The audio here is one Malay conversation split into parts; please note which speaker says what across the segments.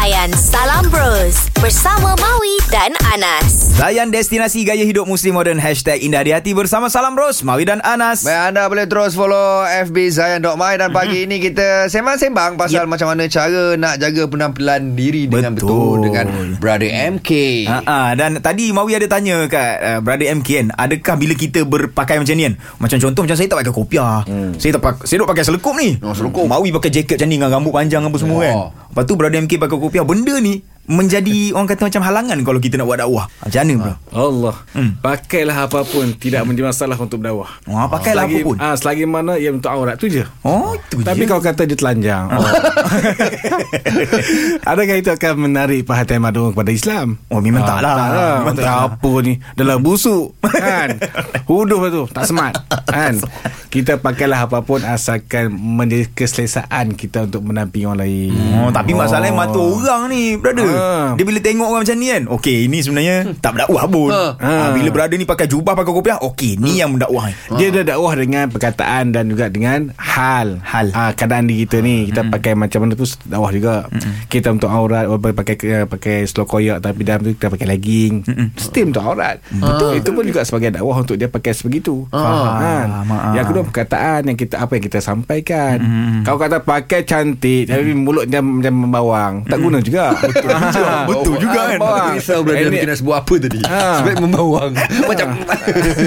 Speaker 1: layan Salam Bros bersama Maui dan Anas.
Speaker 2: Layan destinasi gaya hidup Muslim Modern Hashtag Indah di Hati bersama Salam Bros Mawi dan Anas
Speaker 3: Baik, anda boleh terus follow FB Zayan Dok Mai dan pagi ini kita sembang-sembang pasal macam mana cara nak jaga penampilan diri dengan
Speaker 2: Betul.
Speaker 3: betul, Ah, dengan brother MK.
Speaker 2: Ha, ha, dan tadi Mawi ada tanya kat uh, Brother MK kan Adakah bila kita berpakaian macam ni kan Macam contoh macam saya tak pakai kopiah hmm. Saya tak pakai, saya duk pakai selekup ni
Speaker 3: Oh, selekup.
Speaker 2: Mawi pakai jaket macam ni Dengan rambut panjang apa semua
Speaker 3: Oh.
Speaker 2: kan Lepas tu Brother MK pakai kopiah Benda ni Menjadi orang kata macam halangan Kalau kita nak buat dakwah Macam mana bro
Speaker 4: Allah hmm. Pakailah apa pun Tidak menjadi masalah untuk berdakwah
Speaker 2: Wah, Hmm. Oh, pakailah apa
Speaker 4: Selagi-
Speaker 2: pun.
Speaker 4: ah, Selagi mana Ia untuk aurat tu je
Speaker 2: Oh itu je.
Speaker 4: Tapi
Speaker 2: Ah.
Speaker 4: kalau kata dia telanjang oh. Adakah itu akan menarik Perhatian mata orang kepada Islam
Speaker 2: Oh, memang tak lah.
Speaker 4: Tak lah
Speaker 2: Memang tak
Speaker 4: Tak
Speaker 2: lah.
Speaker 4: apa ni Dalam busuk kan? Huduh lah tu Tak smart kan? Kita pakailah apa pun Asalkan menjadi keselesaan kita Untuk menampingi orang lain
Speaker 2: Oh, tapi masalahnya mata orang ni, brother.
Speaker 4: Ha.
Speaker 2: Dia bila tengok orang macam ni kan, okey, ini sebenarnya tak berdakwah pun. Ha.
Speaker 3: Ha.
Speaker 2: bila brother ni pakai jubah, pakai kopiah, okey, ni yang berdakwah.
Speaker 4: Dia dah dakwah dengan perkataan dan juga dengan hal.
Speaker 2: Hal.
Speaker 4: Ah, keadaan diri kita ni kita mm. pakai macam mana pun dakwah juga. Mm. Kita untuk aurat orang pakai eh, pakai slow koyak tapi dalam tu kita pakai legging. Mm. Still untuk aurat. Betul. Itu pun juga sebagai dakwah untuk dia pakai sebegitu. Faham.
Speaker 2: ah.
Speaker 4: Yang kedua perkataan yang kita apa yang kita sampaikan. Mm. Kau kata pakai cantik tapi mulut dia macam membawang. Tak guna juga. Betul.
Speaker 3: ah.
Speaker 2: Betul
Speaker 3: Oh,
Speaker 2: juga kan?
Speaker 4: Bawang.
Speaker 3: Risau brother
Speaker 4: Ini-
Speaker 3: MK nak sebut apa tadi.
Speaker 4: Ah.
Speaker 3: Sebab membawang. macam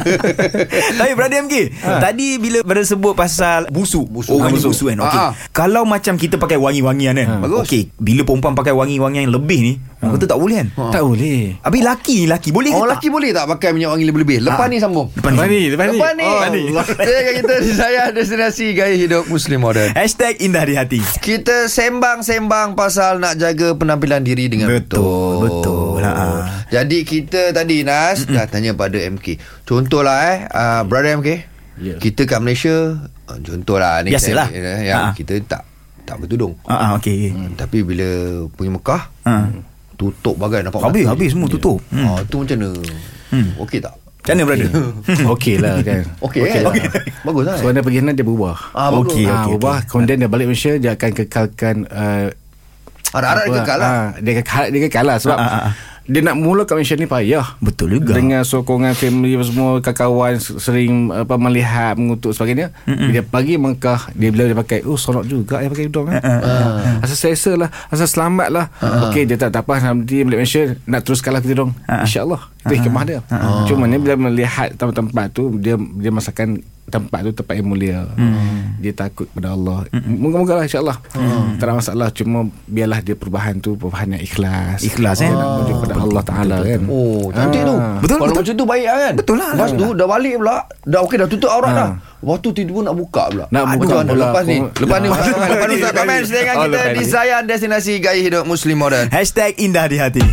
Speaker 2: Tapi brother MK, tadi bila brother sebut pasal busuk, Ah. busuk. orang busuk.
Speaker 4: Busuk.
Speaker 2: busuk kan, okey.
Speaker 3: Ha, ha.
Speaker 2: Kalau macam kita pakai wangi-wangian kan,
Speaker 3: Bagus.
Speaker 2: okey, bila perempuan pakai wangi-wangian yang lebih ni, orang kata tak boleh kan?
Speaker 4: Tak boleh.
Speaker 2: Habis laki ni Oh, laki boleh
Speaker 3: Orang
Speaker 2: ke
Speaker 3: lelaki boleh tak pakai minyak wangi lebih-lebih? Lepas
Speaker 2: Ah.
Speaker 3: ni sambung.
Speaker 2: tak? Depan
Speaker 4: Lepas ni, lepas ni.
Speaker 3: Lepas ni.
Speaker 4: Oh,
Speaker 3: Allah. Saya kita di Zayan destinasi gaya hidup Muslim modern.
Speaker 2: Hashtag indah di hati.
Speaker 3: Kita sembang-sembang pasal nak jaga penampilan diri dengan
Speaker 2: Betul,
Speaker 3: betul.
Speaker 2: betul. Ha.
Speaker 3: Jadi kita tadi Nas Mm-mm. dah tanya pada MK. Contohlah eh, uh, brother MK.
Speaker 4: Ya.
Speaker 3: Yeah. Kita kat Malaysia, uh, contohlah ni
Speaker 2: Biasalah.
Speaker 3: Saya, eh,
Speaker 2: Ha.
Speaker 3: yang kita tak tak bertudung.
Speaker 2: Ha ah, okey.
Speaker 3: Hmm, tapi bila punya Mekah,
Speaker 2: Ha.
Speaker 3: tutup bagai nampak
Speaker 2: Habis
Speaker 3: mata.
Speaker 2: habis semua tutup.
Speaker 3: Hmm. Ah, tu macam mana? Hmm. Okey tak?
Speaker 2: Macam mana brother?
Speaker 4: Okey lah kan.
Speaker 3: Okey.
Speaker 4: Okey
Speaker 3: Okay,
Speaker 4: lah.
Speaker 3: okay. Bagus lah.
Speaker 4: So anda pergi sana dia berubah.
Speaker 3: Ah, bagus.
Speaker 2: Okey,
Speaker 4: ah,
Speaker 2: okey,
Speaker 4: berubah
Speaker 2: okey.
Speaker 4: kemudian dia balik Malaysia dia akan kekalkan uh,
Speaker 3: Harap-harap
Speaker 4: apa,
Speaker 3: dia kekal lah.
Speaker 2: ha.
Speaker 4: ah, dia kekal dia kekal lah sebab
Speaker 2: Ah, ah, ah.
Speaker 4: dia nak mula kat Malaysia ni payah.
Speaker 2: Betul juga.
Speaker 4: Dengan sokongan family apa semua kawan sering apa melihat mengutuk sebagainya. Mm-mm. Dia pergi Mekah dia bila dia pakai oh sonok juga dia pakai hidung kan. Ah. Asal selesa lah Asal selamat lah Okey dia tak, tak apa Nanti balik Malaysia Nak terus kalah kita dong
Speaker 2: Ah.
Speaker 4: InsyaAllah Itu hikmah dia Cuma ni bila melihat tempat-tempat tu Dia dia masakan tempat tu tempat yang mulia
Speaker 2: Hmm.
Speaker 4: Dia takut pada Allah Moga-moga lah insyaAllah Tak ada masalah Cuma biarlah dia perubahan tu Perubahan yang ikhlas
Speaker 2: Ikhlas, eh?
Speaker 4: Dia nak menuju kepada Allah Ta'ala kan
Speaker 3: Oh cantik
Speaker 4: Ah.
Speaker 3: tu
Speaker 2: Betul,
Speaker 3: Kalau
Speaker 2: betul.
Speaker 3: macam tu baik lah kan
Speaker 2: Betul lah.
Speaker 3: Lepas tu dah balik pula Dah okey dah tutup aurat
Speaker 4: Ha.
Speaker 3: dah Lepas tu tiba-tiba nak buka pula
Speaker 4: Nak
Speaker 3: Aduh,
Speaker 4: buka
Speaker 3: anak,
Speaker 4: pula.
Speaker 3: Lepas ni
Speaker 4: Kau-
Speaker 3: Lepas ni
Speaker 4: Lepas
Speaker 3: ustaz
Speaker 4: ni.
Speaker 3: komen. Lepas ni ustaz
Speaker 4: Lepas ni.
Speaker 3: komen Sedangkan
Speaker 4: Oh,
Speaker 3: kita
Speaker 4: lepas
Speaker 3: di
Speaker 4: ni.
Speaker 3: Zayan Destinasi Gaya Hidup Muslim Modern
Speaker 2: Hashtag indah di hati.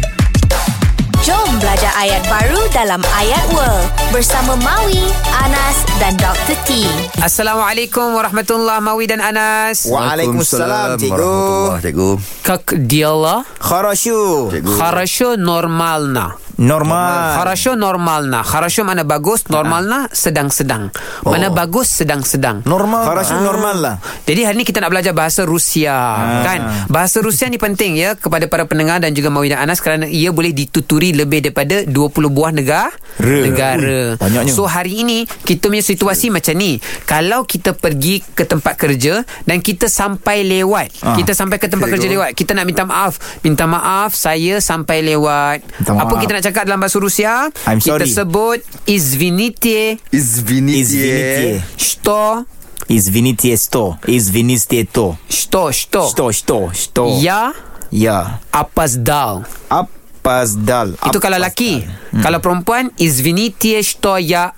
Speaker 1: Jom belajar ayat baru dalam Ayat World bersama Maui, Anas dan Dr. T.
Speaker 5: Assalamualaikum warahmatullahi Mawi dan Anas.
Speaker 2: Waalaikumsalam, cikgu.
Speaker 3: warahmatullahi, Cikgu
Speaker 5: Kak diala
Speaker 2: Kharashu.
Speaker 5: kharasho normalna.
Speaker 2: Normal.
Speaker 5: Kharasho normalna. Kharasho mana bagus, normalna sedang-sedang. Mana bagus sedang-sedang.
Speaker 2: Normal. Kharashu
Speaker 5: Ah.
Speaker 2: normal lah. Ah.
Speaker 5: Jadi hari ni kita nak belajar bahasa Rusia kan. Bahasa Rusia ni penting ya kepada para pendengar dan juga Mawi dan Anas kerana ia boleh dituturi lebih daripada 20 buah negara
Speaker 2: Re. Ui,
Speaker 5: negara.
Speaker 2: banyaknya.
Speaker 5: So hari ini kita punya situasi macam ni. Kalau kita pergi ke tempat kerja dan kita sampai lewat.
Speaker 2: Ah.
Speaker 5: Kita sampai ke tempat kerja lewat, kita nak minta maaf. Minta maaf saya sampai lewat.
Speaker 2: Minta maaf.
Speaker 5: Apa kita nak cakap dalam bahasa Rusia?
Speaker 2: I'm
Speaker 5: kita
Speaker 2: sorry.
Speaker 5: sebut izvinite
Speaker 2: Izvinitie.
Speaker 5: что
Speaker 2: Izvinitie sto. Izvinitie to.
Speaker 5: что что.
Speaker 2: Sto, sto, sto.
Speaker 5: Я
Speaker 2: Ya.
Speaker 5: опоздал.
Speaker 2: Apazdal.
Speaker 5: Itu kalau laki. Kalau perempuan, извините, что я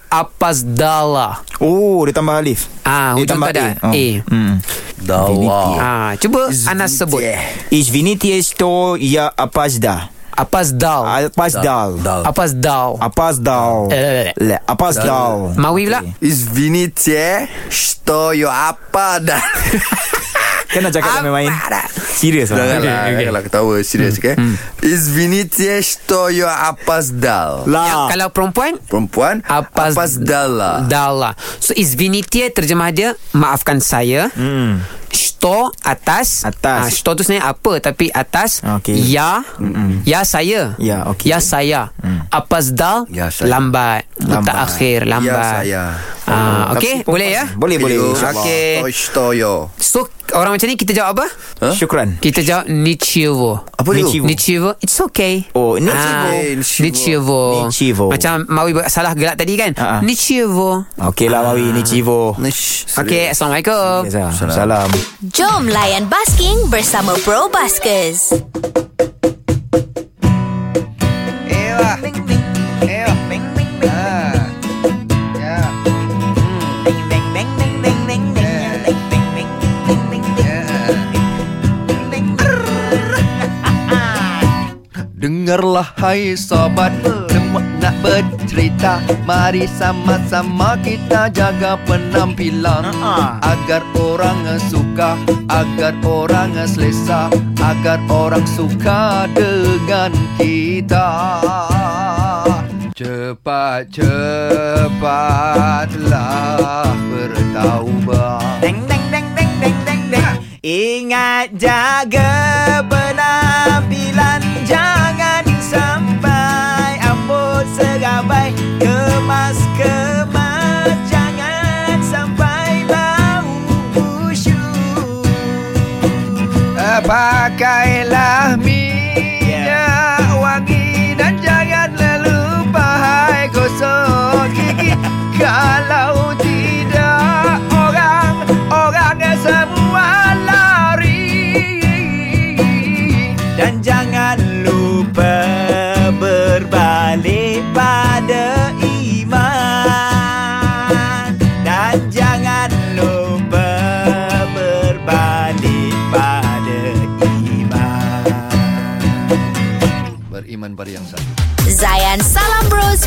Speaker 5: опоздала.
Speaker 2: Oh, dia tambah alif.
Speaker 5: Ah,
Speaker 2: Dia
Speaker 5: hujung
Speaker 2: tambah
Speaker 5: tak ada.
Speaker 2: A. Oh.
Speaker 5: A.
Speaker 2: Hmm.
Speaker 3: Dawa
Speaker 5: Ah, cuba Anas sebut.
Speaker 2: Izvinitie sto ya apazda.
Speaker 5: Опоздал.
Speaker 2: Apazdal.
Speaker 5: Опоздал.
Speaker 2: Apazdal.
Speaker 5: Eh.
Speaker 2: Le, Apazdal.
Speaker 5: Mawi pula.
Speaker 3: Izvinite Что я apa dah
Speaker 2: Kan nak cakap main-main
Speaker 5: Amat.
Speaker 2: Serius lah
Speaker 6: Janganlah okay, okay. Janganlah ketawa Serius okay Извините Что я опоздал
Speaker 5: Ya,
Speaker 2: Lah
Speaker 5: kalau perempuan
Speaker 6: Perempuan
Speaker 3: lah?
Speaker 5: Apaz-
Speaker 6: Опоздала
Speaker 5: Dala So извините Terjemah dia Maafkan saya
Speaker 2: Hmm.
Speaker 5: Что atas
Speaker 2: Atas.
Speaker 5: Ah, Что tu sebenarnya apa Tapi atas
Speaker 2: Okey.
Speaker 5: Ya Ya saya
Speaker 2: Ya, okey.
Speaker 5: Ya saya Опоздал
Speaker 6: Ya, saya.
Speaker 5: Lambat
Speaker 2: Hmm. Lambat. Ya
Speaker 5: Mutaakhir Lambat
Speaker 6: saya.
Speaker 5: ah, Okay
Speaker 2: Tapi
Speaker 5: boleh ya
Speaker 2: Boleh
Speaker 6: Eh,
Speaker 2: boleh
Speaker 5: insyaAllah.
Speaker 6: Okay
Speaker 5: Okey.
Speaker 6: Что я
Speaker 5: So orang macam ni Kita jawab apa
Speaker 6: Huh?
Speaker 2: Syukran
Speaker 5: Kita jawab Ничего
Speaker 6: Apa tu?
Speaker 2: Nichivo.
Speaker 5: Nichivo It's okay
Speaker 2: Oh, Nichivo.
Speaker 5: Ah,
Speaker 6: Nichivo.
Speaker 5: Nichivo
Speaker 2: Nichivo.
Speaker 5: Macam Mawi ber- salah gelak tadi kan
Speaker 2: Ah, ah.
Speaker 5: Nichivo
Speaker 2: Okey lah Mawi Nichivo
Speaker 5: Okay Assalamualaikum
Speaker 2: Yes, ah. Salam
Speaker 1: Jom layan basking bersama Pro Baskers.
Speaker 3: Ella. Ella. Ah. Yeah. Yeah. Yeah. Dengarlah hai sobat Semua nak bercerita Mari sama-sama kita jaga penampilan Agar orang suka Agar orang selesa Agar orang suka dengan kita Cepat cepatlah bertaubat
Speaker 2: Ingat jaga penampilan Jangan sampai ambut serabai Kemas-kemas Jangan sampai bau busuk
Speaker 3: Pakailah minyak wangi dan janganlah lupa hai gosok gigi Kalau tidak orang, orang semua lari
Speaker 2: Dan jangan lupa berbalik pada iman Dan jangan lupa berbalik pada iman
Speaker 3: Beriman pada yang satu
Speaker 1: Zayan Salam Bros